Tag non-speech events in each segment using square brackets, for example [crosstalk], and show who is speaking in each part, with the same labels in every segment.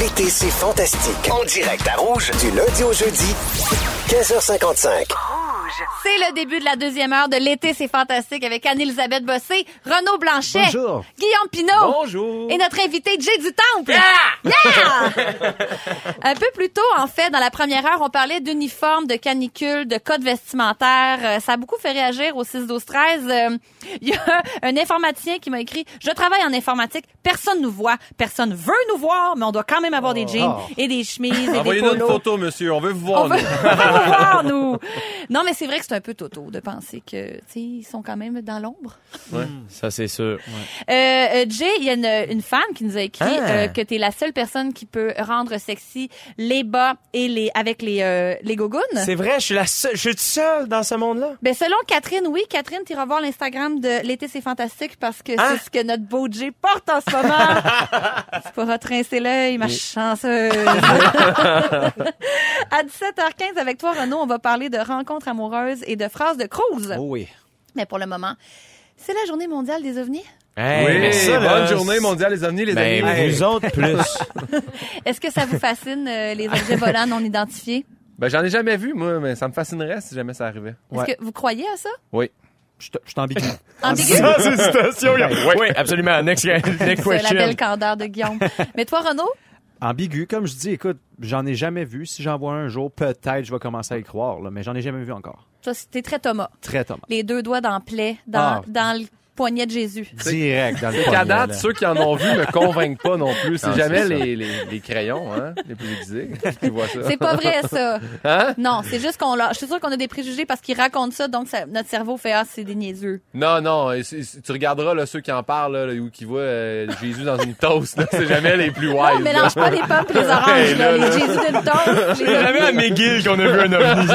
Speaker 1: L'été, c'est fantastique. En direct à Rouge, du lundi au jeudi, 15h55.
Speaker 2: C'est le début de la deuxième heure de l'été, c'est fantastique, avec Anne-Elisabeth Bossé, Renaud Blanchet,
Speaker 3: Bonjour.
Speaker 2: Guillaume
Speaker 3: Oh!
Speaker 2: Pinault
Speaker 4: Bonjour.
Speaker 2: et notre invité Jay du Temple. Yeah! Un peu plus tôt, en fait, dans la première heure, on parlait d'uniformes, de canicules, de codes vestimentaires. Euh, ça a beaucoup fait réagir au 6-12-13. Euh, [laughs] Il y a un informaticien qui m'a écrit « Je travaille en informatique, personne nous voit, personne veut nous voir, mais on doit quand même avoir des jeans et des chemises et des
Speaker 4: Envoyez
Speaker 2: polos.
Speaker 4: notre Oh. photo, monsieur. On veut vous
Speaker 2: On
Speaker 4: voir.
Speaker 2: veut, [laughs] on
Speaker 4: nous.
Speaker 2: veut vous voir, nous. Non, mais c'est vrai que c'est un peu toto de penser que, tu sais, ils sont quand même dans l'ombre.
Speaker 4: Ouais, Ça, c'est sûr.
Speaker 2: Euh, euh, Jay, il y a une, une femme qui nous a écrit
Speaker 4: Ah.
Speaker 2: euh, que t'es la seule personne qui peut rendre sexy les bas et les avec les euh, les gogoons.
Speaker 3: [laughs] C'est vrai, je suis la seule, je suis toute seule dans ce monde-là.
Speaker 2: Ben selon Catherine, oui, Catherine, tu voir l'Instagram de l'été c'est fantastique parce que c'est ce que notre beau Jay porte en ce moment. tu pourras te rincer l'œil, ma chanceuse. à 17h15 avec toi Renaud, on va parler de rencontres amoureuses et de phrases de cruise.
Speaker 5: Oh
Speaker 3: oui.
Speaker 2: Mais pour le moment, c'est la journée mondiale des ovnis.
Speaker 4: oui,
Speaker 3: mais ça,
Speaker 4: bonne
Speaker 3: là,
Speaker 4: journée mondiale, les amis, les
Speaker 3: Ben,
Speaker 4: amis.
Speaker 3: vous autres
Speaker 5: [laughs]
Speaker 3: plus.
Speaker 2: Est-ce que ça vous fascine euh, les objets volants non identifiés
Speaker 4: Ben, j'en ai jamais vu, moi, mais ça me fascinerait si jamais
Speaker 3: [laughs]
Speaker 4: ça arrivait.
Speaker 2: Est-ce
Speaker 3: Ouais.
Speaker 2: que vous croyez à ça?
Speaker 4: Oui.
Speaker 5: Je suis- je suis ambigu.
Speaker 2: Ambigu?
Speaker 3: hésitation,
Speaker 5: oui. absolument. [laughs] Next, next
Speaker 2: C'est la belle candeur de Guillaume. Mais toi, Renaud,
Speaker 5: Ambigu, comme je dis, écoute, j'en ai jamais vu. Si j'en vois un jour, peut-être je vais commencer à y croire, là, mais j'en ai jamais vu encore.
Speaker 2: toi, c'est- t'es très Thomas.
Speaker 5: Très Thomas.
Speaker 2: Les deux doigts dans le plaie, dans,
Speaker 5: Ah.
Speaker 2: dans le poignet de Jésus.
Speaker 5: Direct dans le
Speaker 4: Puis à
Speaker 5: poignet,
Speaker 4: date,
Speaker 5: là.
Speaker 4: ceux qui en ont vu me convainquent pas non plus. C'est
Speaker 3: Non,
Speaker 4: jamais
Speaker 3: Ah, c'est ça.
Speaker 4: les, les, les crayons, hein, les plus
Speaker 2: [laughs]
Speaker 4: aiguisés qui voient ça.
Speaker 2: C'est pas vrai, ça.
Speaker 4: [laughs] Hein?
Speaker 2: Non, c'est juste qu'on l'a. Je suis sûre qu'on a des préjugés parce qu'ils racontent ça, donc ça- notre cerveau fait Ah, c'est des niaiseux.
Speaker 4: Non, non, et si- si tu regarderas là, ceux qui en parlent là, ou qui voient euh, Jésus dans une toast. là, C'est jamais les plus
Speaker 2: Non, on
Speaker 4: wise. là.
Speaker 2: mélange pas les pommes et les oranges,
Speaker 4: [laughs] Hey,
Speaker 2: là,
Speaker 4: là,
Speaker 2: les
Speaker 4: là.
Speaker 2: Jésus de temps.
Speaker 4: [laughs]
Speaker 2: les
Speaker 5: à McGill qu'on a vu un ovni.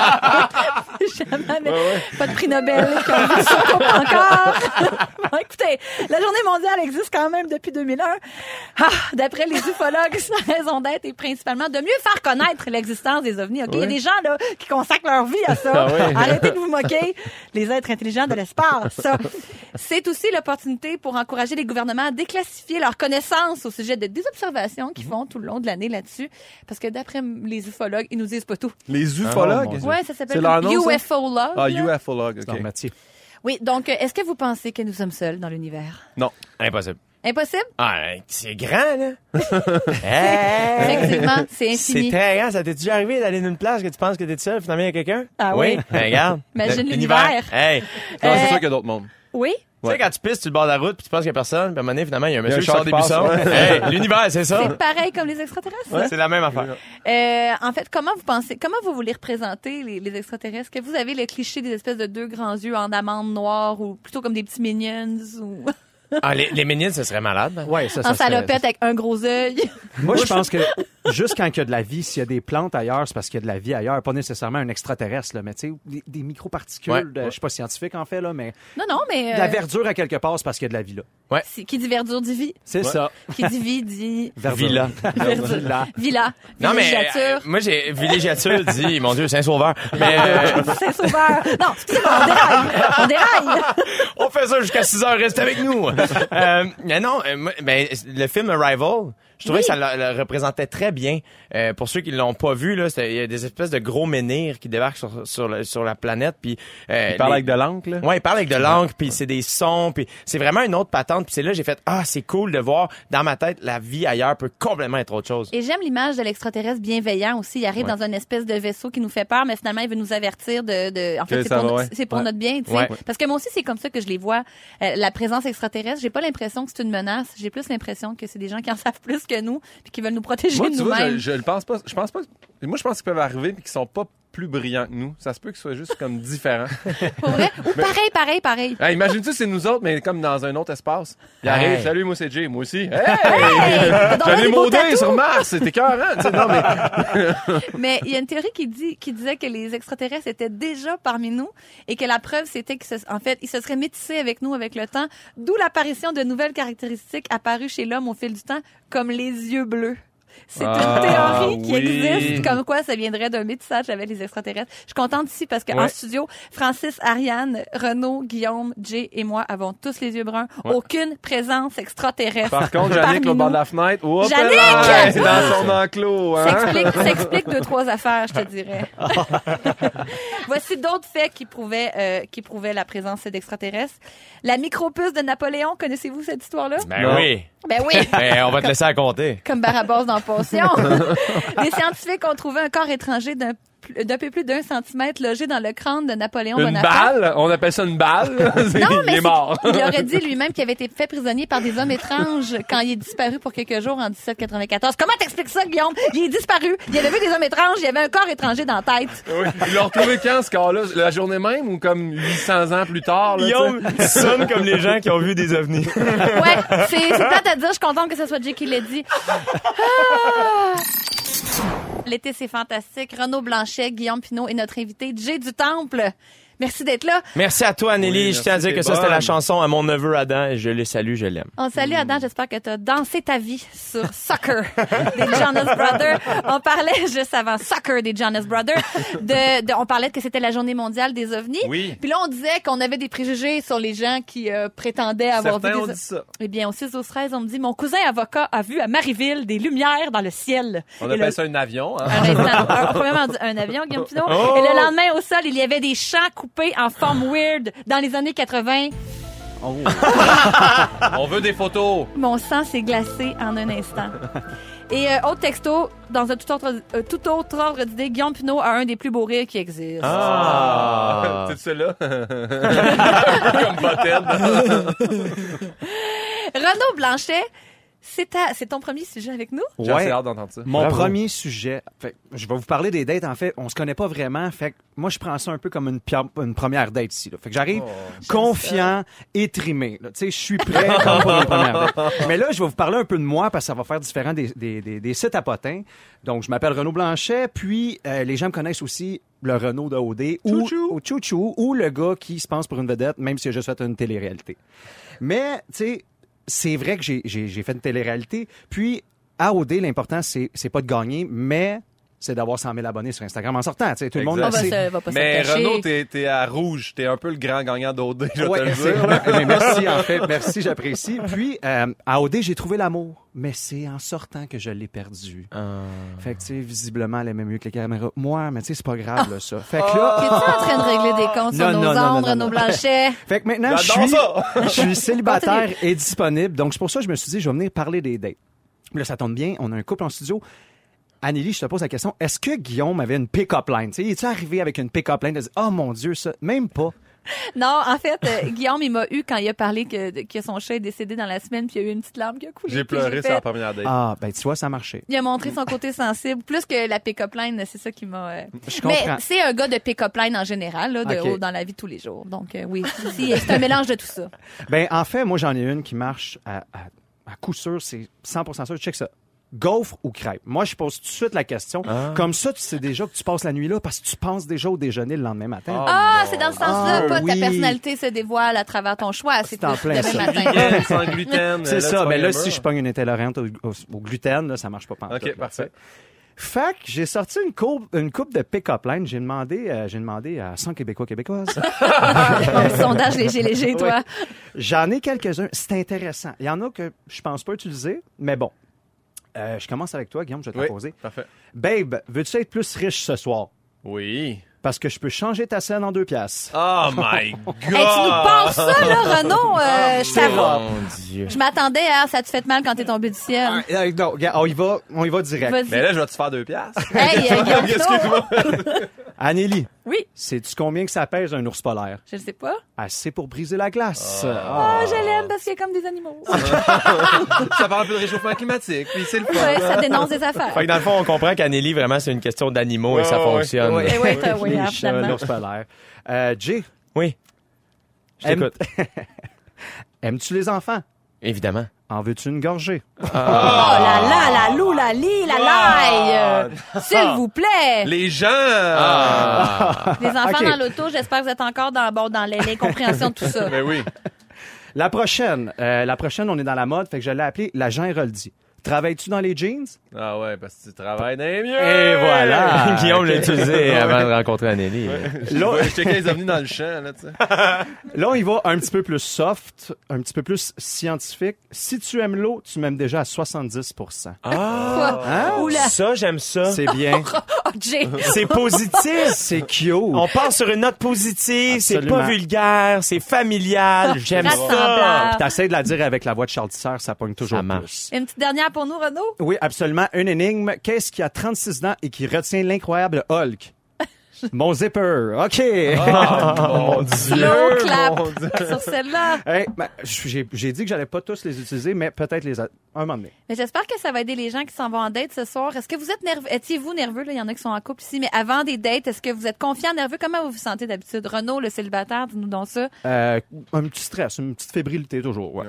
Speaker 2: [laughs] Jamais. Pas de prix Nobel qui ont vu ça, pas encore. [laughs] Bon, écoutez, la journée mondiale existe quand même depuis 2001. Ah, D'après les ufologues, [laughs] sa raison d'être est principalement de mieux faire connaître l'existence des ovnis. OK? Il y a des gens là, qui consacrent leur vie à ça.
Speaker 4: Ah oui.
Speaker 2: [laughs] Arrêtez de vous moquer. Les êtres intelligents de l'espace. ça. C'est aussi l'opportunité pour encourager les gouvernements à déclassifier leurs connaissances au sujet de, des observations qu'ils font tout le long de l'année là-dessus. Parce que d'après les ufologues, ils nous disent pas tout.
Speaker 4: Les
Speaker 5: Oh, mon
Speaker 4: ufologues.
Speaker 5: Dieu.
Speaker 2: Ah, Ouais, ça s'appelle
Speaker 4: C'est leur nom, ça?
Speaker 2: UFOlogue.
Speaker 4: ah,
Speaker 2: là.
Speaker 4: ufologues,
Speaker 5: Dans le
Speaker 4: ok.
Speaker 5: métier.
Speaker 2: Oui, donc euh, est-ce que vous pensez que nous sommes seuls dans l'univers?
Speaker 4: Non.
Speaker 3: Impossible.
Speaker 2: Impossible?
Speaker 3: Ah, c'est grand,
Speaker 5: [laughs]
Speaker 3: là.
Speaker 4: Euh,
Speaker 3: Hey!
Speaker 4: [laughs]
Speaker 2: Effectivement, c'est
Speaker 3: C'est
Speaker 2: infini.
Speaker 3: très grand. hein, Ça t'est déjà arrivé d'aller d'une place que tu penses que t'es seul, finalement, il y a quelqu'un?
Speaker 2: Ah oui.
Speaker 3: Ben, [laughs] regarde.
Speaker 2: Imagine
Speaker 3: Le-
Speaker 2: l'univers.
Speaker 3: Hey!
Speaker 4: Non,
Speaker 2: Euh,
Speaker 4: Ah, c'est sûr qu'il y a d'autres mondes.
Speaker 2: Oui?
Speaker 3: Tu sais, quand tu pisses, tu le bord de la route, puis tu penses qu'il y a personne, puis à un moment donné, finalement, il y a un
Speaker 4: y a
Speaker 3: monsieur
Speaker 4: un
Speaker 3: qui
Speaker 4: char
Speaker 3: sort des
Speaker 4: qui passe,
Speaker 3: buissons. [laughs] Hey, l'univers, c'est ça.
Speaker 4: Ah.
Speaker 2: C'est pareil comme les extraterrestres?
Speaker 3: C'est la même affaire.
Speaker 2: Euh, en fait, comment vous pensez, comment vous voulez représenter les, les extraterrestres? Est-ce que vous avez le cliché des espèces de deux grands yeux en amande noire ou plutôt comme des petits minions ou
Speaker 3: Ah, les, les Minions, ce serait malade.
Speaker 5: [laughs]
Speaker 3: ben.
Speaker 5: Ouais, ça, ça
Speaker 2: en
Speaker 5: serait-
Speaker 2: salopette avec un gros
Speaker 4: [laughs]
Speaker 2: œil?
Speaker 5: Moi, je [laughs] pense que juste quand il y a de la vie, s'il y a des plantes ailleurs, c'est parce qu'il y a de la vie ailleurs, pas nécessairement un extraterrestre, là, mais tu sais, des, des microparticules,
Speaker 3: Ouais.
Speaker 5: de- je suis pas scientifique en fait, là, mais
Speaker 2: non, non, mais.
Speaker 5: de la
Speaker 2: euh,
Speaker 5: verdure à quelque part, c'est parce qu'il y a de la vie là.
Speaker 2: si- qui dit verdure dit vie.
Speaker 5: C'est ça.
Speaker 2: Qui dit vie
Speaker 4: [laughs]
Speaker 2: dit
Speaker 5: Verdure.
Speaker 3: Villa.
Speaker 5: Villa.
Speaker 2: villa.
Speaker 3: Non, mais euh,
Speaker 2: villégiature.
Speaker 3: moi, j'ai villégiature dit, mon Dieu, Saint-Sauveur. Mais euh,
Speaker 2: [laughs] Saint-Sauveur. Non, excusez-moi, on déraille. On déraille.
Speaker 3: on fait ça jusqu'à 6 heures, reste avec [laughs] nous. Euh, mais non, euh, moi, ben, le film Arrival, je trouvais que ça le, le représentait très bien. Euh, pour ceux qui l'ont pas vu, là, c'était- il y a des espèces de gros menhirs qui débarquent sur, sur, la, sur la planète. Puis, euh,
Speaker 4: Ils parlent
Speaker 3: les-
Speaker 4: avec de l'encre, là.
Speaker 3: Ouais, il parle avec de l'encre, puis c'est des sons, puis c'est vraiment une autre patente. Puis c'est là j'ai fait ah c'est cool de voir dans ma tête la vie ailleurs peut complètement être autre chose.
Speaker 2: Et j'aime l'image de l'extraterrestre bienveillant aussi. Il arrive dans une espèce de vaisseau qui nous fait peur, mais finalement, il veut nous avertir de. de- En fait,
Speaker 4: Que
Speaker 2: c'est
Speaker 4: ça
Speaker 2: pour,
Speaker 4: va,
Speaker 2: no-
Speaker 4: ouais.
Speaker 2: c'est pour
Speaker 3: Ouais.
Speaker 2: notre bien, tu sais.
Speaker 3: Ouais.
Speaker 2: Parce que moi aussi, c'est comme ça que je les vois. Euh, la présence extraterrestre, j'ai pas l'impression que c'est une menace. J'ai plus l'impression que c'est des gens qui en savent plus que nous, puis qui veulent nous protéger
Speaker 4: Moi,
Speaker 2: de
Speaker 4: tu vois, je,
Speaker 2: nous-mêmes.
Speaker 4: je le pense pas. Je pense pas. Moi, je pense qu'ils peuvent arriver puis qu'ils sont pas plus brillants que nous. Ça se peut qu'ils soient juste comme différents.
Speaker 2: [laughs] Pour vrai? Ou pareil, pareil, pareil.
Speaker 4: Hey, Imagine-tu, c'est nous autres, mais comme dans un autre espace. Ils
Speaker 3: Hey.
Speaker 4: arrivent, salut, moi c'est Jay, moi aussi. Hey!
Speaker 2: Hey! T'as donc
Speaker 4: Euh, J'en
Speaker 2: des
Speaker 4: ai
Speaker 2: beaux
Speaker 4: maudé
Speaker 2: tatous!
Speaker 4: sur Mars, c'était écœurant. tu sais. Non,
Speaker 2: [laughs]
Speaker 4: mais
Speaker 2: Mais il y a une théorie qui dit qui disait que les extraterrestres étaient déjà parmi nous et que la preuve c'était que en fait ils se seraient métissés avec nous avec le temps, d'où l'apparition de nouvelles caractéristiques apparues chez l'homme au fil du temps, comme les yeux bleus. C'est
Speaker 4: Ah,
Speaker 2: une théorie qui
Speaker 4: oui.
Speaker 2: existe, comme quoi ça viendrait d'un métissage avec les extraterrestres. Je suis contente ici parce qu'en
Speaker 4: Ouais.
Speaker 2: studio, Francis, Ariane, Renaud, Guillaume, Jay et moi avons tous les yeux bruns.
Speaker 4: Ouais.
Speaker 2: Aucune présence extraterrestre.
Speaker 4: Par contre, Yannick,
Speaker 2: parmi
Speaker 4: au bord de
Speaker 2: nous.
Speaker 4: la fenêtre, hop,
Speaker 2: Yannick!
Speaker 4: là, elle est dans son enclos.
Speaker 2: Ça
Speaker 4: Hein?
Speaker 2: explique, ça explique deux, trois affaires,
Speaker 4: [laughs]
Speaker 2: je te dirais. [laughs] Voici d'autres faits qui prouvaient, euh, qui prouvaient la présence d'extraterrestres. La micropuce de Napoléon, connaissez-vous cette histoire-là?
Speaker 3: Ben
Speaker 4: Non.
Speaker 3: oui.
Speaker 2: Ben oui!
Speaker 3: Ben, on va te laisser à compter.
Speaker 2: [laughs] Comme Barabas dans
Speaker 4: [laughs]
Speaker 2: Passion. Les scientifiques ont trouvé un corps étranger d'un pl- d'un peu plus d'un centimètre logé dans le crâne de Napoléon
Speaker 4: Une
Speaker 2: Bonaparte.
Speaker 4: balle? On appelle ça une balle?
Speaker 2: [laughs]
Speaker 4: [laughs]
Speaker 2: Non,
Speaker 4: il
Speaker 2: mais
Speaker 4: est mort.
Speaker 2: [laughs] c'est- il aurait dit lui-même qu'il avait été fait prisonnier par des hommes étranges quand il est disparu pour quelques jours en 1794. Comment t'expliques ça, Guillaume? Il est disparu, il avait vu des hommes étranges, il avait un corps étranger dans la tête.
Speaker 4: Oui. Ils l'ont retrouvé quand, ce corps-là? La journée même ou comme 800 ans plus tard? Là, tu sais?
Speaker 3: Guillaume, tu sonnes comme les gens qui ont vu des ovnis.
Speaker 2: Ouais, c'est c'est plate à dire, je suis contente que ce soit Jay qui l'ait dit. Ah! L'été, c'est fantastique. Renaud Blanchet, Guillaume Pinot et notre invité, Jay du Temple. Merci d'être là.
Speaker 3: Merci à toi, Nelly.
Speaker 4: Oui,
Speaker 3: je tiens à
Speaker 4: merci,
Speaker 3: dire que
Speaker 4: t'es
Speaker 3: ça, c'était
Speaker 4: bonne.
Speaker 3: la chanson à mon neveu Adam. et Je le salue, je l'aime.
Speaker 2: On salue Adam, j'espère que tu as dansé ta vie sur Soccer des Jonas Brothers. On parlait juste avant Soccer des Jonas Brothers. De, de- on parlait que c'était la journée mondiale des ovnis.
Speaker 4: Oui.
Speaker 2: Puis là, on disait qu'on avait des préjugés sur les gens qui euh, prétendaient avoir
Speaker 4: Certains
Speaker 2: vu
Speaker 4: ont
Speaker 2: des
Speaker 4: dit ça.
Speaker 2: Eh bien, au 6 12 13, on me dit Mon cousin avocat a vu à Marieville des lumières dans le ciel.
Speaker 4: On
Speaker 2: Et
Speaker 4: appelle
Speaker 2: [laughs] le-
Speaker 4: ça un avion. Hein?
Speaker 2: un instant. Un- on pourrait même dire un avion, Guillaume Pinot. Et le lendemain, au sol, il y avait des champs coupés en forme weird dans les années 80.
Speaker 4: On veut des photos.
Speaker 2: Mon sang s'est glacé en un instant. Et euh, autre texto, dans un tout autre, euh, tout autre ordre d'idée, Guillaume Pinot a un des plus beaux rires qui existe.
Speaker 3: Ah!
Speaker 4: C'est celui-là. comme Bothead.
Speaker 2: Renaud Blanchet, c'est ta- c'est ton premier sujet avec nous?
Speaker 4: J'ai assez hâte d'entendre ça.
Speaker 5: Mon
Speaker 3: Bravo.
Speaker 5: premier sujet, fait, je vais vous parler des dates. En fait, on se connaît pas vraiment. Fait que moi, je prends ça un peu comme une, pierre- une première date ici. là. Fait que j'arrive confiant et trimé. là. Tu sais, je suis prêt comme pour une première date. Mais là, je vais vous parler un peu de moi parce que ça va faire différent des, des, des- des sites à potins. Donc, je m'appelle Renaud Blanchet. Puis, euh, les gens me connaissent aussi le Renaud de OD ou, ou Chouchou ou le gars qui se pense pour une vedette, même si je souhaite une télé-réalité. Mais, tu sais, c'est vrai que j'ai- j'ai j'ai fait une télé-réalité. Puis, à OD, l'important, c'est c'est pas de gagner, mais c'est d'avoir 100 000 abonnés sur Instagram en sortant. Tu sais, tout le monde
Speaker 4: Exact. Ah, ben,
Speaker 2: On
Speaker 5: le
Speaker 2: va,
Speaker 5: sait.
Speaker 2: se, va pas se
Speaker 4: Mais
Speaker 2: le cacher.
Speaker 4: Renaud, t'es t'es à rouge. T'es un peu le grand gagnant d'OD, je vais
Speaker 5: Ouais,
Speaker 4: te le
Speaker 5: c'est
Speaker 4: dire.
Speaker 5: vrai. Mais merci, en fait. Merci, j'apprécie. Puis, euh, à OD, j'ai trouvé l'amour, mais c'est en sortant que je l'ai perdu. Fait que, tu sais, visiblement, elle aimait mieux que les caméras. Moi, mais tu sais, c'est pas grave, là, ça. Fait que
Speaker 4: Oh!
Speaker 2: T'es-tu
Speaker 5: là...
Speaker 2: en train de régler des comptes sur
Speaker 5: Non,
Speaker 2: nos
Speaker 5: non, non,
Speaker 2: ondes,
Speaker 5: non, non,
Speaker 2: Renaud
Speaker 5: non.
Speaker 2: Blanchet?
Speaker 5: Fait que maintenant, je
Speaker 4: J'adore
Speaker 5: suis, [laughs] je suis célibataire
Speaker 2: Continue.
Speaker 5: et disponible. Donc, c'est pour ça que je me suis dit, je vais venir parler des dates. Puis Là, ça tombe bien, on a un couple en studio. Anneli, je te pose la question, est-ce que Guillaume avait une pick-up line? Tu sais, est-tu arrivé avec une pick-up line? de dire, oh mon Dieu, ça, même pas.
Speaker 2: Non, en fait, euh, Guillaume, il m'a eu quand il a parlé que, de- que son chat est décédé dans la semaine, puis il y a eu une petite larme qui a coulé.
Speaker 4: J'ai
Speaker 2: puis
Speaker 4: pleuré
Speaker 2: fait-
Speaker 4: sur la première date.
Speaker 5: Ah, ben, tu vois, ça a marché.
Speaker 2: Il a montré son côté sensible, plus que la pick-up line, c'est ça qui m'a... euh,
Speaker 5: Je
Speaker 2: Mais
Speaker 5: comprends.
Speaker 2: c'est un gars de pick-up line en général, là, de
Speaker 5: Ok.
Speaker 2: haut dans la vie de tous les jours. Donc euh, oui, si, c'est un mélange de tout ça.
Speaker 5: Ben, en fait, moi, j'en ai une qui marche à, à, à coup sûr. C'est 100 sûr. Check ça. Gaufre ou crêpe? Moi, je pose tout de suite la question.
Speaker 2: Ah.
Speaker 5: Comme ça, tu sais déjà que tu passes la nuit là parce que tu penses déjà au déjeuner le lendemain
Speaker 4: Oh
Speaker 5: matin.
Speaker 2: Ah, c'est dans ce sens-là,
Speaker 5: Ah,
Speaker 2: pas ta
Speaker 5: oui.
Speaker 2: personnalité se dévoile à travers ton choix. C'est
Speaker 5: C'est en
Speaker 2: plus
Speaker 5: plein
Speaker 2: demain
Speaker 4: [laughs]
Speaker 5: ça.
Speaker 2: matin.
Speaker 4: Gluten, sans gluten.
Speaker 5: C'est
Speaker 4: Euh, là, tu
Speaker 5: ça.
Speaker 4: vas
Speaker 5: Mais là,
Speaker 4: gamer.
Speaker 5: si je pogne une intolérante au, au- au gluten, là, ça marche pas pantoute, là,
Speaker 4: OK, parfait.
Speaker 5: Fait que j'ai sorti une coupe, une coupe de pick-up line. J'ai demandé, euh, j'ai demandé à 100 Québécois, Québécoises.
Speaker 4: [laughs]
Speaker 2: Bon, petit sondage léger, léger, toi.
Speaker 5: J'en ai quelques-uns. C'est intéressant. Il y en a que je pense pas utiliser, mais bon. Euh, je commence avec toi, Guillaume, je vais te la
Speaker 4: Oui,
Speaker 5: poser.
Speaker 4: parfait.
Speaker 5: Babe, veux-tu être plus riche ce soir?
Speaker 4: Oui.
Speaker 5: Parce que je peux changer ta scène en deux pièces.
Speaker 4: Oh my God!
Speaker 2: Hey, tu nous penses ça, là,
Speaker 4: Ah.
Speaker 2: Renaud? Euh, je t'avoue.
Speaker 3: [laughs] Mon Dieu.
Speaker 2: Je m'attendais à ça te fait mal quand t'es tombé du ciel.
Speaker 5: [laughs] Euh, non, regarde, on y va, on y va direct.
Speaker 2: Vas-y.
Speaker 4: Mais là, je vais te faire deux piastres.
Speaker 2: [laughs]
Speaker 4: [laughs]
Speaker 2: Hey, euh, Guillaume Pinot.
Speaker 5: Anélie,
Speaker 2: Oui,
Speaker 5: sais-tu combien que ça pèse un ours polaire?
Speaker 2: je le sais pas.
Speaker 5: Assez pour briser la glace.
Speaker 2: Ah,
Speaker 5: Ah.
Speaker 2: je l'aime parce qu'il est comme des animaux.
Speaker 4: ça parle un peu de réchauffement climatique, puis c'est le fun.
Speaker 2: Ouais, ça dénonce des
Speaker 3: Fait
Speaker 2: affaires.
Speaker 3: que dans le fond, on comprend qu'Anneli, vraiment, c'est une question d'animaux et ça
Speaker 4: Ouais, ouais,
Speaker 5: Ah
Speaker 3: fonctionne.
Speaker 2: Eh oui, t'as- oui,
Speaker 5: Les
Speaker 2: hein,
Speaker 5: chats,
Speaker 2: finalement.
Speaker 5: l'ours polaire. Euh, Jay,
Speaker 3: Oui. Je
Speaker 5: Aime-
Speaker 3: t'écoute.
Speaker 5: aimes-tu les enfants?
Speaker 3: Évidemment.
Speaker 5: En veux-tu une gorgée?
Speaker 2: Oh là là, la lou, la lie, la laille. euh, S'il vous plaît.
Speaker 4: Ah. Les gens! [laughs]
Speaker 2: Les enfants
Speaker 5: Ok.
Speaker 2: dans l'auto, j'espère que vous êtes encore dans, bon, dans les- l'incompréhension de tout ça.
Speaker 4: [laughs] Ben oui.
Speaker 5: La prochaine, euh, la prochaine, on est dans la mode, fait que je l'ai appelée la Jean Héroldi. Travailles-tu dans les jeans?
Speaker 4: Ah ouais, parce que tu travailles dans les mieux.
Speaker 3: Et voilà. [laughs] Guillaume l'a
Speaker 5: Ok.
Speaker 3: utilisé avant de rencontrer Anneli.
Speaker 4: Là, je checkais les ovnis dans le champ, là, tu sais.
Speaker 5: Là, on y va un petit peu plus soft, un petit peu plus scientifique. Si tu aimes l'eau, tu m'aimes déjà à 70
Speaker 3: Ah,
Speaker 5: Hein?
Speaker 2: Oula.
Speaker 3: ça, j'aime ça.
Speaker 5: C'est bien.
Speaker 2: Jay.
Speaker 3: C'est positif.
Speaker 5: C'est cute.
Speaker 3: On part sur une note positive, c'est pas
Speaker 5: Absolument.
Speaker 3: vulgaire, c'est familial, j'aime ça.
Speaker 2: Rassembleur.
Speaker 5: T'essayes de la dire avec la voix de Charles Tisser, ça pogne toujours
Speaker 3: Ça marche.
Speaker 5: plus.
Speaker 2: Une petite dernière pour nous, Renaud.
Speaker 5: Oui, absolument. Une énigme. Qu'est-ce qui a 36 ans et qui retient l'incroyable
Speaker 2: [laughs]
Speaker 5: Hulk? Mon zipper. OK. Ah.
Speaker 4: Mon
Speaker 2: Slow
Speaker 4: Dieu!
Speaker 2: clap
Speaker 4: mon Dieu.
Speaker 2: sur celle-là.
Speaker 5: [laughs] Hey, ben, j'ai j'ai dit que j'allais pas tous les utiliser, mais peut-être les... a- Un moment donné.
Speaker 2: Mais j'espère que ça va aider les gens qui s'en vont en date ce soir. Est-ce que vous êtes nerveux? Étiez-vous nerveux? Là, il y en a qui sont en couple ici. Mais avant des dates, est-ce que vous êtes confiant, nerveux? Comment vous vous sentez d'habitude? Renaud, le célibataire, dis-nous donc ça.
Speaker 5: Euh, un petit stress, une petite fébrilité toujours, ouais.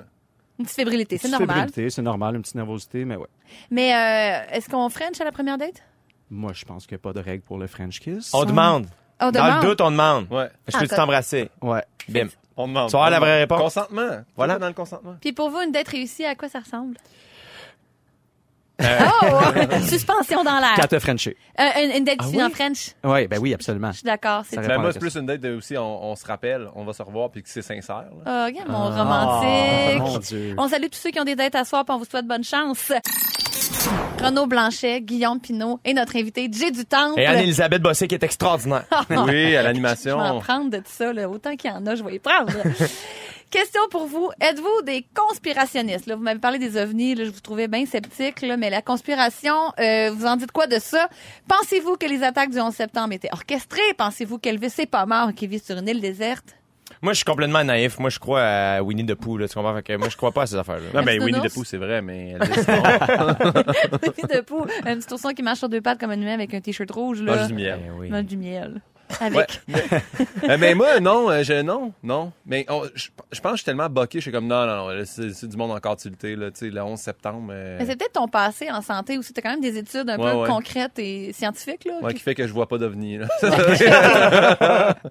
Speaker 2: Une petite fébrilité,
Speaker 5: Une
Speaker 2: c'est
Speaker 5: petite
Speaker 2: normal.
Speaker 5: fébrilité, c'est normal, une petite nervosité, mais ouais.
Speaker 2: Mais euh, est-ce qu'on French à la première date?
Speaker 5: Moi, je pense qu'il n'y a pas de règle pour le French kiss.
Speaker 3: On demande.
Speaker 2: Oh, On
Speaker 3: Dans
Speaker 2: demande.
Speaker 3: le doute, on demande.
Speaker 4: Ouais.
Speaker 3: Je peux
Speaker 2: Ah,
Speaker 3: t'embrasser.
Speaker 5: Ouais.
Speaker 3: Bim.
Speaker 4: On demande.
Speaker 3: Tu vas avoir la vraie réponse.
Speaker 4: Consentement.
Speaker 3: Voilà.
Speaker 4: Voilà. Dans le consentement.
Speaker 2: Puis pour vous, une date réussie, à quoi ça ressemble? [laughs] Oh! Suspension dans l'air.
Speaker 5: Quand t'as Frenché.
Speaker 2: Euh, une, une date qui finit en French.
Speaker 5: Ouais, ben oui, absolument.
Speaker 2: Je suis d'accord. C'est
Speaker 5: Ça
Speaker 4: Mais
Speaker 5: répond à
Speaker 4: Ben, moi,
Speaker 5: la
Speaker 4: c'est plus une date de aussi, on, on se rappelle, on va se revoir, puis que c'est sincère. là.
Speaker 2: Oh, regarde mon
Speaker 5: Ah,
Speaker 2: romantique.
Speaker 5: mon Dieu.
Speaker 2: On salue tous ceux qui ont des dates à soir, puis on vous souhaite bonne chance. Renaud Blanchet, Guillaume Pinault et notre invité Jay Dutemple.
Speaker 3: Et Anne-Elisabeth Bossé qui est extraordinaire.
Speaker 4: [laughs] Oui, à
Speaker 2: Je vais en
Speaker 4: l'animation.
Speaker 2: prendre de tout ça, là. autant qu'il y en a, je vais y
Speaker 4: [laughs]
Speaker 2: prendre. Question pour vous. Êtes-vous des conspirationnistes? Là, vous m'avez parlé des ovnis, là, je vous trouvais bien sceptique, là, mais la conspiration, euh, vous en dites quoi de ça? Pensez-vous que les attaques du 11 septembre étaient orchestrées? Pensez-vous qu'Elvis n'est pas mort, qu'il vit sur une île
Speaker 4: [laughs]
Speaker 2: déserte?
Speaker 3: Moi, je suis complètement naïf. Moi, je crois à Winnie the Pooh, là, tu comprends? Fait que moi, je crois pas à ces affaires-là.
Speaker 4: Non, mais
Speaker 2: Est-ce
Speaker 4: Winnie
Speaker 2: un
Speaker 4: the
Speaker 2: ours?
Speaker 4: Pooh, c'est vrai, [laughs] mais Elvis, non. Pas
Speaker 2: Winnie the Pooh, un petit ourson qui marche sur deux pattes comme un humain avec un t-shirt rouge. Là.
Speaker 4: juste du miel.
Speaker 3: Ben oui.
Speaker 2: Mange du miel. Avec.
Speaker 4: Ouais. [laughs] Euh, mais moi, non, euh, je, non, non. Mais on- je, je pense que je suis tellement boqué, je suis comme, non, non, non, là, c'est c'est du monde en continuité, là, tu sais, le 11 septembre. euh,
Speaker 2: Mais c'est peut-être ton passé en santé aussi. T'as quand même des études un
Speaker 4: Ouais,
Speaker 2: peu
Speaker 4: ouais.
Speaker 2: concrètes et scientifiques. Là.
Speaker 4: ouais, qui fait que je vois pas d'avenir.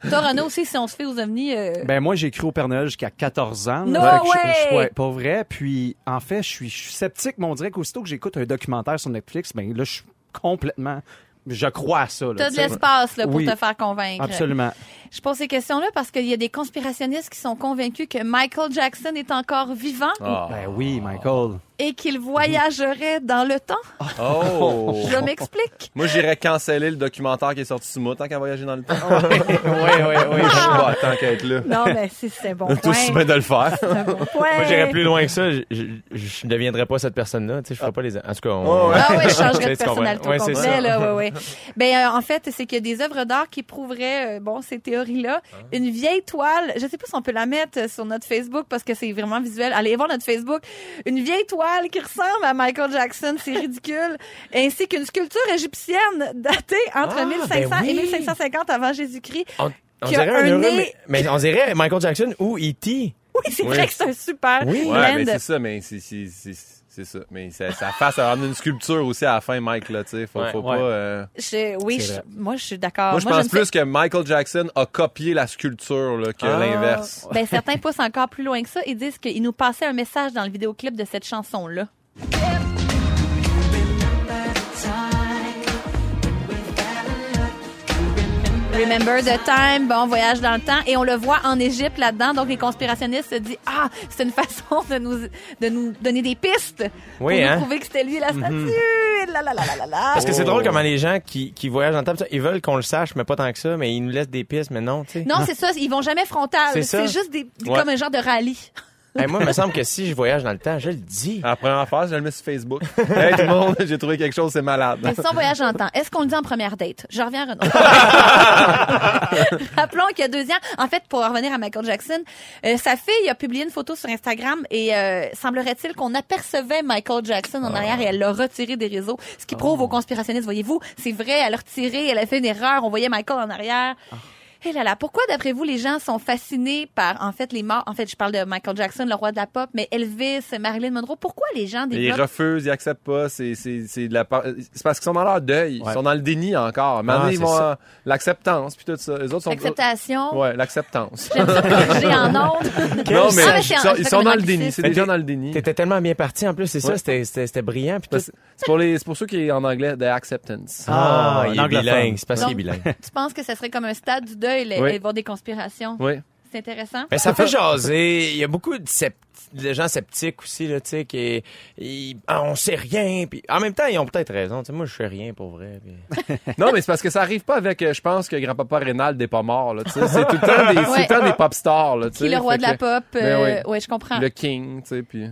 Speaker 2: Toi, Renaud, aussi, si on se fait aux ovnis... euh,
Speaker 5: Ben moi, j'ai cru au Père Noël jusqu'à 14 ans.
Speaker 2: No
Speaker 5: Fait que je- je-
Speaker 2: way!
Speaker 5: ouais, pas vrai. Puis, en fait, je suis, je suis sceptique, mais on dirait qu'aussitôt que j'écoute un documentaire sur Netflix, ben là, je suis complètement... Je crois à ça. là,
Speaker 2: T'as
Speaker 5: tu
Speaker 2: de
Speaker 5: sais.
Speaker 2: l'espace là, pour
Speaker 5: Oui.
Speaker 2: te faire convaincre.
Speaker 5: Absolument.
Speaker 2: Je pose ces questions-là parce qu'il y a des conspirationnistes qui sont convaincus que Michael Jackson est encore vivant
Speaker 4: Ah.
Speaker 5: Ben oui, Michael.
Speaker 2: et qu'il voyagerait dans le temps.
Speaker 4: Oh! [laughs]
Speaker 2: Je m'explique.
Speaker 4: Moi, j'irais canceller le documentaire qui est sorti sous moi tant qu'à voyager dans le temps.
Speaker 3: Oui, oui, Ah oui.
Speaker 4: Je suis pas tant qu'à être là.
Speaker 2: Non, mais si c'est un bon
Speaker 4: Tout
Speaker 2: point.
Speaker 4: aussi bien de le faire.
Speaker 2: C'est un bon point.
Speaker 3: Moi, j'irais plus loin que ça. Je- Je je ne deviendrais pas cette personne-là. Tu sais, je ferais pas les. En tout cas, on.
Speaker 4: Ouais, ouais.
Speaker 2: Ah ouais, je
Speaker 3: Tu
Speaker 2: changerais
Speaker 3: sais,
Speaker 2: de
Speaker 3: tu comprends.
Speaker 2: personnalité au
Speaker 3: Ouais, c'est
Speaker 2: complet,
Speaker 3: ça.
Speaker 2: là, ouais, ouais. Ben, euh, en fait, c'est qu'il y a des œuvres d'art qui prouveraient, euh, bon, ces théories-là. Une vieille toile, je sais pas si on peut la mettre euh, sur notre Facebook parce que c'est vraiment visuel. Allez voir notre Facebook. Une vieille toile qui ressemble à Michael Jackson, c'est ridicule. Ainsi qu'une sculpture égyptienne datée entre
Speaker 3: Ah,
Speaker 2: 1500
Speaker 3: ben oui.
Speaker 2: et 1550 avant Jésus-Christ.
Speaker 3: On, on
Speaker 2: Qui a
Speaker 3: dirait un,
Speaker 2: un
Speaker 3: heureux,
Speaker 2: nez-
Speaker 3: mais, mais on dirait Michael Jackson ou E E.T.
Speaker 2: Oui, c'est
Speaker 4: Oui.
Speaker 2: vrai que c'est un super
Speaker 3: Oui.
Speaker 2: blend.
Speaker 4: Ouais, mais c'est ça, mais c'est, c'est, c'est, c'est ça. Mais ça, ça face à ramener une sculpture aussi à la fin, Mike, là, tu sais. Faut,
Speaker 3: Ouais,
Speaker 4: faut
Speaker 3: ouais.
Speaker 4: pas. euh,
Speaker 2: Je- oui, je-
Speaker 5: vrai.
Speaker 2: moi, je suis d'accord.
Speaker 4: Moi, je
Speaker 2: ne
Speaker 4: pense
Speaker 2: sais-
Speaker 4: plus que Michael Jackson a copié la sculpture là,
Speaker 3: Ah.
Speaker 4: que l'inverse.
Speaker 2: Ben, certains poussent encore plus loin que ça et disent qu'ils nous passaient un message dans le vidéoclip de cette chanson-là. Remember the time, bon voyage dans le temps et on le voit en Égypte là-dedans. Donc les conspirationnistes se disent ah c'est une façon de nous de nous donner des pistes
Speaker 3: Oui,
Speaker 2: pour
Speaker 3: hein? Mhm.
Speaker 2: nous prouver que c'était lui la statue. Et la, la, la, la, la, la.
Speaker 3: Parce que c'est drôle comment les gens qui, qui voyagent dans le temps, pis ça, ils veulent qu'on le sache, mais pas tant que ça, mais ils nous laissent des pistes, mais non, tu sais.
Speaker 2: Non c'est ça, ils vont jamais frontal.
Speaker 3: C'est ça.
Speaker 2: C'est juste des,
Speaker 3: Ouais.
Speaker 2: comme un genre de rallye.
Speaker 3: Hey, moi, il me semble que si je voyage dans le temps, je le dis.
Speaker 4: La première phase, je le mets sur Facebook. [laughs] hey, tout le monde, j'ai trouvé quelque chose, c'est malade.
Speaker 2: Mais si on voyage en temps, est-ce qu'on le dit en première date? Je reviens à Renaud. Rappelons qu'il y a deux ans, en fait, pour en revenir à Michael Jackson, euh, sa fille a publié une photo sur Instagram et euh, semblerait-il qu'on apercevait Michael Jackson en arrière et elle l'a retiré des réseaux. Ce
Speaker 4: Oh. Ah.
Speaker 2: qui prouve aux conspirationnistes, voyez-vous, c'est vrai, elle l'a retiré, elle a fait une erreur, on voyait Michael en arrière. Hé là là, pourquoi d'après vous les gens sont fascinés par en fait les morts En fait, je parle de Michael Jackson, le roi de la pop, mais Elvis, Marilyn Monroe. Pourquoi les gens
Speaker 4: Mais Ils
Speaker 2: développent
Speaker 4: refusent, ils acceptent pas. C'est, c'est, c'est, de la par- c'est parce qu'ils sont dans leur deuil. Ils
Speaker 5: Ouais.
Speaker 4: sont dans le déni encore. Mais
Speaker 5: Ah,
Speaker 4: maintenant, ils
Speaker 5: c'est
Speaker 4: vont
Speaker 5: ça.
Speaker 4: à l'acceptance, puis tout ça. Les autres sont...
Speaker 2: l'acceptation
Speaker 4: Ouais, l'acceptance.
Speaker 2: J'aime ça corriger en ondes.
Speaker 4: Non, mais,
Speaker 2: Ah, c'est
Speaker 4: ils
Speaker 2: un-
Speaker 4: sont,
Speaker 2: c'est
Speaker 4: ils
Speaker 2: comme
Speaker 4: sont
Speaker 2: un
Speaker 4: dans le
Speaker 2: anglicisme.
Speaker 4: déni. C'est des
Speaker 3: Mais t'es-
Speaker 4: gens dans le déni.
Speaker 3: T'étais tellement bien parti en plus, c'est ça,
Speaker 4: Ouais.
Speaker 3: c'était- c'était c'était brillant. Puis
Speaker 4: Parce-
Speaker 3: tout...
Speaker 4: C'est pour, les, c'est pour ceux qui est en anglais, the acceptance.
Speaker 5: Ah, un anglophone.
Speaker 3: c'est parce qu'il est bilingue.
Speaker 2: Tu penses que ce serait comme un stade du deuil, les,
Speaker 4: Oui.
Speaker 2: les voir des conspirations?
Speaker 4: Oui.
Speaker 2: C'est intéressant.
Speaker 3: Mais Ben, [laughs] ça fait jaser. Il y a beaucoup de, scept- de gens sceptiques aussi, là, tu sais, qui. ils- Ah, on sait rien. Puis en même temps, ils ont peut-être raison. Tu sais, moi, je sais rien pour vrai. puis-
Speaker 4: Non, mais c'est parce que ça arrive pas avec, euh, je pense que grand-papa Reynald est pas mort, là, tu sais. C'est tout le temps des, c'est tout le temps des pop stars, là, tu sais.
Speaker 2: Qui est le roi
Speaker 4: Fait
Speaker 2: de la
Speaker 4: que
Speaker 2: pop?
Speaker 4: Ben
Speaker 2: euh,
Speaker 4: oui.
Speaker 2: ouais, je comprends.
Speaker 4: Le king, tu sais, puis...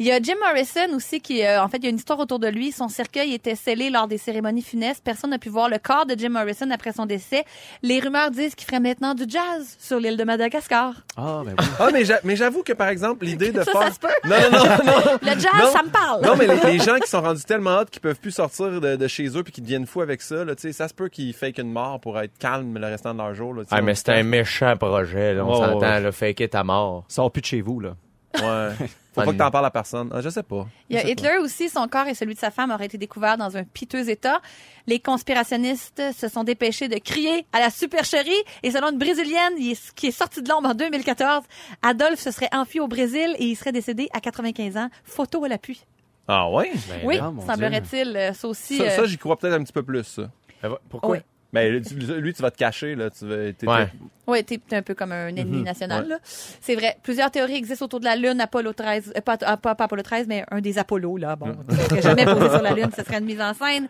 Speaker 2: Il y a Jim Morrison aussi qui, euh, en fait, il y a une histoire autour de lui. Son cercueil était scellé lors des cérémonies funestes. Personne n'a pu voir le corps de Jim Morrison après son décès. Les rumeurs disent qu'il ferait maintenant du jazz sur l'île de Madagascar.
Speaker 5: [laughs] Ah, ben oui.
Speaker 4: Ah, mais j'a- mais j'avoue que, par exemple, l'idée de
Speaker 2: Ça,
Speaker 4: faire...
Speaker 2: ça se peut.
Speaker 4: Non, non, non, non.
Speaker 2: Le jazz,
Speaker 4: Non.
Speaker 2: ça me parle.
Speaker 4: Non, mais les, les gens qui sont rendus tellement hot qu'ils peuvent plus sortir de, de chez eux puis qui deviennent fous avec ça, là, tu sais, ça se peut qu'ils fake une mort pour être calme le restant de leur jour, là, tu sais.
Speaker 3: Ah, mais c'était un méchant projet, là, on
Speaker 4: Ouais, ouais,
Speaker 3: s'entend,
Speaker 4: ouais.
Speaker 3: là, fake it à mort.
Speaker 5: Sors plus de chez vous, là.
Speaker 4: Ouais. Faut pas que t'en parles à personne. Ah, je sais pas.
Speaker 2: Il y a Hitler aussi, son corps et celui de sa femme auraient été découverts dans un piteux état. Les conspirationnistes se sont dépêchés de crier à la supercherie et selon une Brésilienne il est- qui est sortie de l'ombre en 2014, Adolphe se serait enfui au Brésil et il serait décédé à 95 ans. Photo à l'appui.
Speaker 4: Ah ouais?
Speaker 3: Ben,
Speaker 2: Oui,
Speaker 5: non, mon
Speaker 2: semblerait-il, euh, ça aussi.
Speaker 4: Ça,
Speaker 2: euh,
Speaker 4: ça, j'y crois peut-être un petit peu plus, ça.
Speaker 3: Mais va- ben, Pourquoi?
Speaker 2: Oui.
Speaker 4: Mais lui, tu- lui, tu vas te cacher, là. Tu vas, t'es-
Speaker 3: Ouais.
Speaker 4: t'es-
Speaker 2: Oui, t'es t'es un peu comme un ennemi national.
Speaker 4: Mhm, ouais.
Speaker 2: là. C'est vrai. Plusieurs théories existent autour de la Lune, Apollo 13, euh, pas, ah, pas- pas Apollo 13, mais un des Apollos, là. Bon, qui serait jamais posé sur la
Speaker 4: [laughs]
Speaker 2: Lune, ce serait une mise en scène.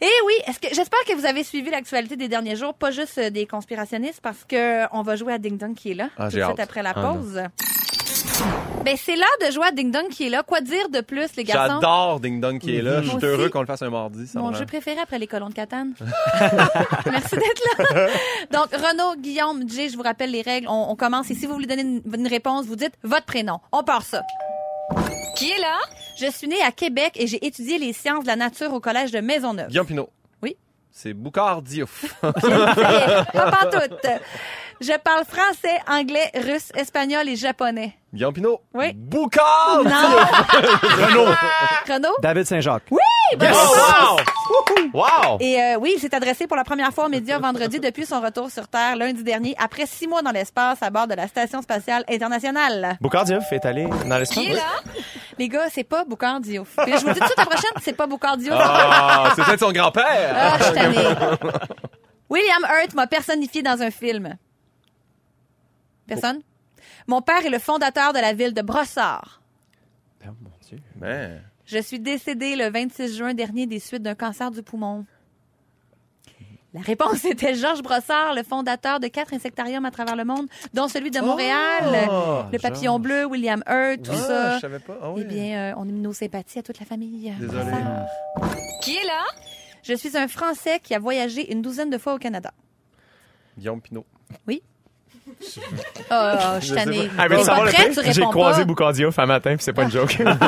Speaker 2: Et oui, est-ce que j'espère que vous avez suivi l'actualité des derniers jours, pas juste euh, des conspirationnistes, parce que on va jouer à Ding Dong qui est là,
Speaker 4: Ah,
Speaker 2: tout
Speaker 4: j'ai
Speaker 2: de suite
Speaker 4: hâte.
Speaker 2: après la
Speaker 3: Ah, non.
Speaker 2: pause. ben, c'est l'heure de jouer à Ding Dong qui est là. Quoi dire de plus, les garçons?
Speaker 4: J'adore Ding Dong qui est là. Je
Speaker 2: Moi
Speaker 4: suis
Speaker 2: aussi.
Speaker 4: heureux qu'on le fasse un mardi. Ça
Speaker 2: Mon
Speaker 4: me rend-
Speaker 2: jeu préféré après les colons de Catane. [laughs] Merci d'être là. Donc, Renaud, Guillaume, Jay, je vous rappelle les règles. On, on commence et si vous voulez donner une, une réponse, vous dites votre prénom. On part ça. Qui est là? Je suis née à Québec et j'ai étudié les sciences de la nature au collège de Maisonneuve.
Speaker 4: Guillaume Pinot.
Speaker 2: Oui.
Speaker 4: C'est
Speaker 2: [laughs]
Speaker 4: Boucard Diouf.
Speaker 2: Pas pantoute. Je parle français, anglais, russe, espagnol et japonais.
Speaker 4: Guillaume Pinot.
Speaker 2: Oui.
Speaker 4: Boucard!
Speaker 2: Non! Renaud. Renaud?
Speaker 5: David Saint-Jacques.
Speaker 3: Oh, wow! Wow!
Speaker 2: Et euh, oui, il s'est adressé pour la première fois aux médias vendredi depuis son retour sur Terre lundi dernier, après six mois dans l'espace à bord de la Station spatiale internationale.
Speaker 3: Boucardiev est allé dans l'espace.
Speaker 2: Les gars, c'est pas Boucard Diouf. Puis Je vous le dis tout de suite, la prochaine, c'est pas Boucard Diouf.
Speaker 4: Ah, c'est peut-être son grand-père.
Speaker 2: Ah, je suis
Speaker 3: [laughs]
Speaker 2: tannée. William Hurt m'a personnifié dans un film. Personne? Mon père est le fondateur de la ville de Brossard.
Speaker 3: Ben,
Speaker 4: Mais...
Speaker 2: Je suis décédée le 26 juin dernier des suites d'un cancer du poumon. La réponse [laughs] était Georges Brossard, le fondateur de quatre insectariums à travers le monde, dont celui de Montréal,
Speaker 3: Oh,
Speaker 2: le papillon bleu, William Hurt, tout
Speaker 4: Ah,
Speaker 2: ça.
Speaker 4: je savais pas. Ah,
Speaker 2: Eh
Speaker 4: oui.
Speaker 2: bien, euh, on émet nos sympathies à toute la famille.
Speaker 4: Désolé.
Speaker 2: Brossard. Qui est là? Je suis un Français qui a voyagé une douzaine de fois au Canada.
Speaker 4: Guillaume Pinot.
Speaker 2: Oh, oh, je suis
Speaker 4: Je sais
Speaker 2: tannée.
Speaker 4: pas.
Speaker 3: Ah, mais
Speaker 2: T'es
Speaker 3: tu savoir
Speaker 2: pas
Speaker 3: le
Speaker 2: prête, tu
Speaker 3: pire? J'ai
Speaker 2: réponds
Speaker 3: croisé
Speaker 2: pas.
Speaker 3: Boucardieuf un matin, puis c'est pas une joke.
Speaker 5: Ah.
Speaker 2: Ah,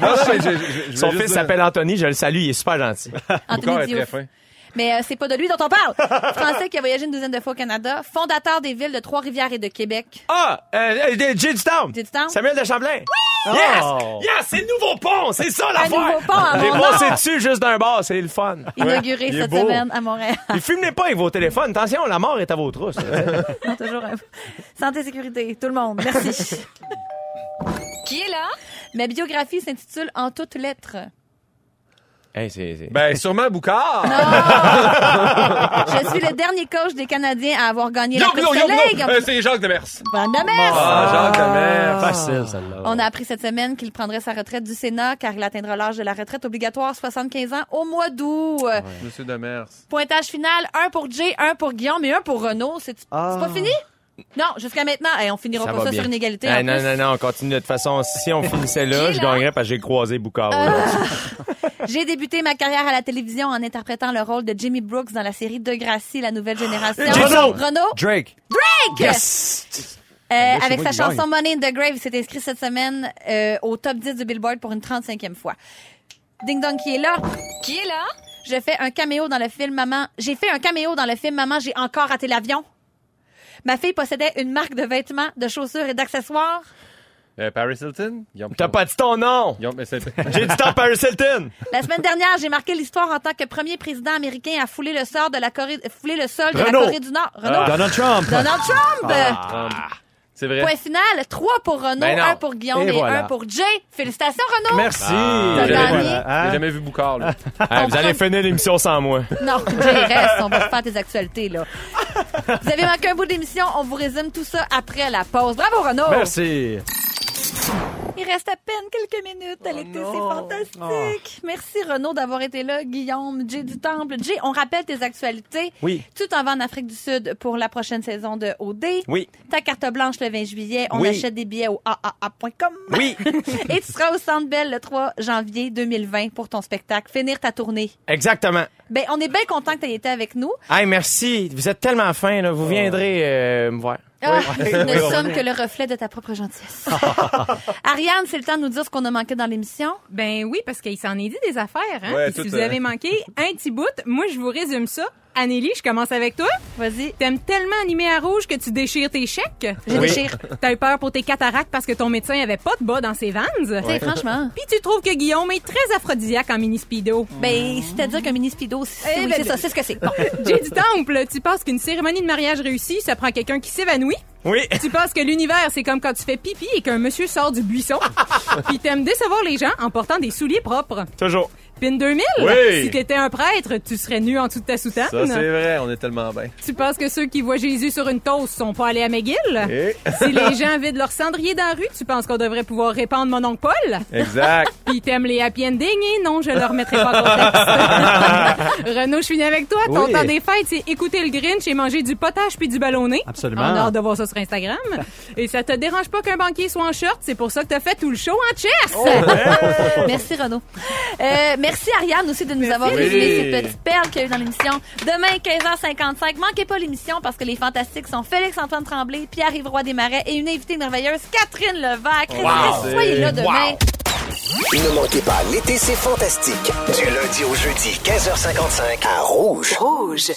Speaker 4: Non, non, mais je- je- je- je voulais
Speaker 3: Son
Speaker 4: juste
Speaker 3: fils
Speaker 4: dire-
Speaker 3: s'appelle Anthony, je le salue, il est super gentil.
Speaker 2: Anthony
Speaker 4: Boucard est très
Speaker 2: Diouf.
Speaker 4: fin.
Speaker 2: Mais euh, c'est pas de lui dont on parle.
Speaker 3: [laughs]
Speaker 2: Français qui a voyagé une douzaine de fois au Canada, fondateur des villes de Trois-Rivières et de Québec.
Speaker 3: Ah! Euh, euh, Jay Dutown!
Speaker 2: Jay Dutown?
Speaker 3: Samuel de Champlain! Oui! Yes! Yes! C'est le nouveau pont! C'est ça l'affaire!
Speaker 2: nouveau pont à
Speaker 3: Les
Speaker 2: mon
Speaker 3: ponts,
Speaker 2: nom!
Speaker 3: c'est dessus juste d'un bar, c'est le fun.
Speaker 2: Inauguré
Speaker 4: il est
Speaker 2: cette
Speaker 4: beau.
Speaker 2: semaine à Montréal. [laughs]
Speaker 3: Puis fumez pas avec vos téléphones. Attention, la mort est à vos trousses.
Speaker 2: Non, toujours un- Santé, sécurité, tout le monde. Merci. qui est là? Ma biographie s'intitule En toutes lettres.
Speaker 3: [laughs] hey, c'est. c'est-
Speaker 4: Ben, sûrement Boucard.
Speaker 2: Je suis le dernier coach des Canadiens à avoir gagné
Speaker 4: Guillaume
Speaker 2: la
Speaker 4: Pinot,
Speaker 2: Coupe
Speaker 4: Guillaume
Speaker 2: Stanley.
Speaker 4: Pinot. Euh, C'est Jacques Demers.
Speaker 2: Bonne demeure.
Speaker 4: Ah, Jacques Demers.
Speaker 3: Facile, celle-là.
Speaker 2: On a appris cette semaine qu'il prendrait sa retraite du Sénat car il atteindra l'âge de la retraite obligatoire 75 ans au mois d'août.
Speaker 4: Monsieur Demers.
Speaker 2: Pointage final, un pour Jay, un pour Guillaume et un pour Renaud. C'est c'est
Speaker 5: Ah.
Speaker 2: pas fini? Non, jusqu'à maintenant. et on finira
Speaker 3: Ça
Speaker 2: pas
Speaker 3: va
Speaker 2: ça
Speaker 3: bien.
Speaker 2: sur une égalité.
Speaker 3: Ah,
Speaker 2: en
Speaker 3: non,
Speaker 2: plus.
Speaker 3: non, non, on continue. De toute façon, si
Speaker 2: [laughs]
Speaker 3: on finissait
Speaker 2: Qui
Speaker 3: là,
Speaker 2: est
Speaker 3: je
Speaker 2: là?
Speaker 3: gagnerais parce que j'ai croisé Boucard.
Speaker 2: Ah. J'ai débuté ma carrière à la télévision en interprétant le rôle de Jimmy Brooks dans la série Degrassi, la nouvelle génération.
Speaker 3: Renaud!
Speaker 2: Renaud.
Speaker 5: Drake.
Speaker 3: Yes!
Speaker 2: Euh,
Speaker 5: c'est
Speaker 2: avec
Speaker 5: moi
Speaker 2: sa
Speaker 5: qui gagne.
Speaker 2: chanson Money in the Grave, il s'est inscrit cette semaine euh, au top 10 du Billboard pour une 35e fois. Ding Dong qui est là. Qui est là? Je fais un caméo dans le film Maman. J'ai fait un caméo dans le film Maman, j'ai encore raté l'avion. Ma fille possédait une marque de vêtements, de chaussures et d'accessoires.
Speaker 4: Euh, Paris Hilton? Guillaume
Speaker 3: T'as
Speaker 4: Pinot.
Speaker 3: pas dit ton nom!
Speaker 4: Guillaume, mais c'est-
Speaker 3: J'ai dit ton Paris Hilton!
Speaker 2: La semaine dernière, j'ai marqué l'histoire en tant que premier président américain à fouler le sort de la Corée, fouler le sol de la
Speaker 3: Renault.
Speaker 2: Corée du Nord. Renault.
Speaker 5: Donald Trump.
Speaker 2: Ah. Donald Trump.
Speaker 4: C'est
Speaker 2: Euh, Point
Speaker 4: vrai.
Speaker 2: final, trois pour Renault,
Speaker 3: Ben non.
Speaker 2: un pour Guillaume
Speaker 5: Et
Speaker 2: et,
Speaker 5: voilà.
Speaker 2: un pour Jay. Félicitations Renault.
Speaker 5: Merci.
Speaker 4: T'as
Speaker 5: Et
Speaker 4: gagné.
Speaker 5: voilà, hein?
Speaker 4: J'ai jamais vu Boucard, là.
Speaker 3: Ah, vous allez finir l'émission sans moi.
Speaker 2: Non, Jay reste, on va faire tes actualités là. Vous avez manqué un bout d'émission, on vous résume tout ça après la pause. Bravo Renault.
Speaker 5: Merci.
Speaker 2: Il reste à peine quelques minutes à l'été, c'est fantastique. Merci Renaud d'avoir été là, Guillaume, Jay du Temple. Jay, on rappelle tes actualités.
Speaker 3: Oui.
Speaker 2: Tu t'en vas en Afrique du Sud pour la prochaine saison de OD.
Speaker 3: Oui.
Speaker 2: Ta carte blanche le 20 juillet, on
Speaker 3: Oui.
Speaker 2: achète des billets au aaa.com.
Speaker 3: Oui.
Speaker 2: [laughs] Et tu seras au Centre Bell le 3 janvier 2020 pour ton spectacle, finir ta tournée.
Speaker 3: Exactement.
Speaker 2: Ben, on est bien content que tu aies été avec nous.
Speaker 3: Hey, merci. Vous êtes tellement fin, là. Vous viendrez euh, me voir.
Speaker 2: Ah, nous ne sommes que le reflet de ta propre
Speaker 3: [laughs]
Speaker 2: gentillesse. Ariane, c'est le temps de nous dire ce qu'on a manqué dans l'émission.
Speaker 6: Ben oui, parce qu'il s'en est dit des affaires. Hein?
Speaker 4: Ouais,
Speaker 6: Puis
Speaker 4: tout,
Speaker 6: si vous
Speaker 4: euh.
Speaker 6: avez manqué
Speaker 4: [laughs]
Speaker 6: un petit bout, moi, je vous résume ça. Anélie, je commence avec toi.
Speaker 2: Vas-y.
Speaker 6: T'aimes tellement animer à rouge que tu déchires tes chèques.
Speaker 4: [laughs]
Speaker 2: Je
Speaker 3: Oui.
Speaker 2: déchire.
Speaker 6: T'as eu peur pour tes cataractes parce que ton médecin avait pas de bas dans ses vannes.
Speaker 2: Tu sais, franchement.
Speaker 6: Puis tu trouves que Guillaume est très aphrodisiaque en mini speedo.
Speaker 2: Ben, c'est-à-dire qu'un mini speedo, c'est
Speaker 6: Eh
Speaker 2: oui,
Speaker 6: ben,
Speaker 2: c'est
Speaker 6: le-
Speaker 2: ça, c'est ce que c'est.
Speaker 6: [laughs]
Speaker 2: Bon.
Speaker 6: J'ai du temple, tu penses qu'une cérémonie de mariage réussie, ça prend quelqu'un qui s'évanouit.
Speaker 3: Oui.
Speaker 6: Tu penses que l'univers, c'est comme quand tu fais pipi et qu'un monsieur sort
Speaker 4: [laughs]
Speaker 6: du buisson. Puis t'aimes décevoir les gens en portant des souliers propres.
Speaker 3: Toujours.
Speaker 6: Pin 2000?
Speaker 4: Oui.
Speaker 6: Si t'étais un prêtre, tu serais nu en dessous de ta soutane.
Speaker 4: Ça, c'est vrai, on est tellement bien.
Speaker 6: Tu penses que ceux qui voient Jésus sur une toast sont pas allés à McGill?
Speaker 4: Et-
Speaker 6: [laughs] Si les gens vident leur cendrier dans la rue, tu penses qu'on devrait pouvoir répandre mon oncle Paul?
Speaker 4: Exact.
Speaker 6: Puis t'aimes les happy endings? Et non, je leur remettrai pas
Speaker 4: [laughs]
Speaker 6: contexte. Renaud, je finis avec toi. Ton
Speaker 5: Oui.
Speaker 6: temps des fêtes, c'est écouter le Grinch et manger du potage puis du ballonné.
Speaker 5: Absolument.
Speaker 6: On a hâte de voir ça sur Instagram. Et ça te dérange pas qu'un banquier soit en short? C'est pour ça que t'as fait tout le show en chess!
Speaker 4: Oh,
Speaker 2: merci, Renaud. Euh, merci, Ariane, aussi, de nous avoir
Speaker 4: Oui.
Speaker 2: résumé ces petites perles qu'il y a eu dans l'émission. Demain, 15h55. Manquez pas l'émission parce que les fantastiques sont Félix-Antoine Tremblay, Pierre-Yves Roy Desmarais et une invitée merveilleuse, Catherine Levac. Restez- Soyez là demain.
Speaker 3: Wow.
Speaker 1: Ne manquez pas, l'été, c'est fantastique. Du lundi au jeudi, 15h55, à Rouge.
Speaker 7: Rouge.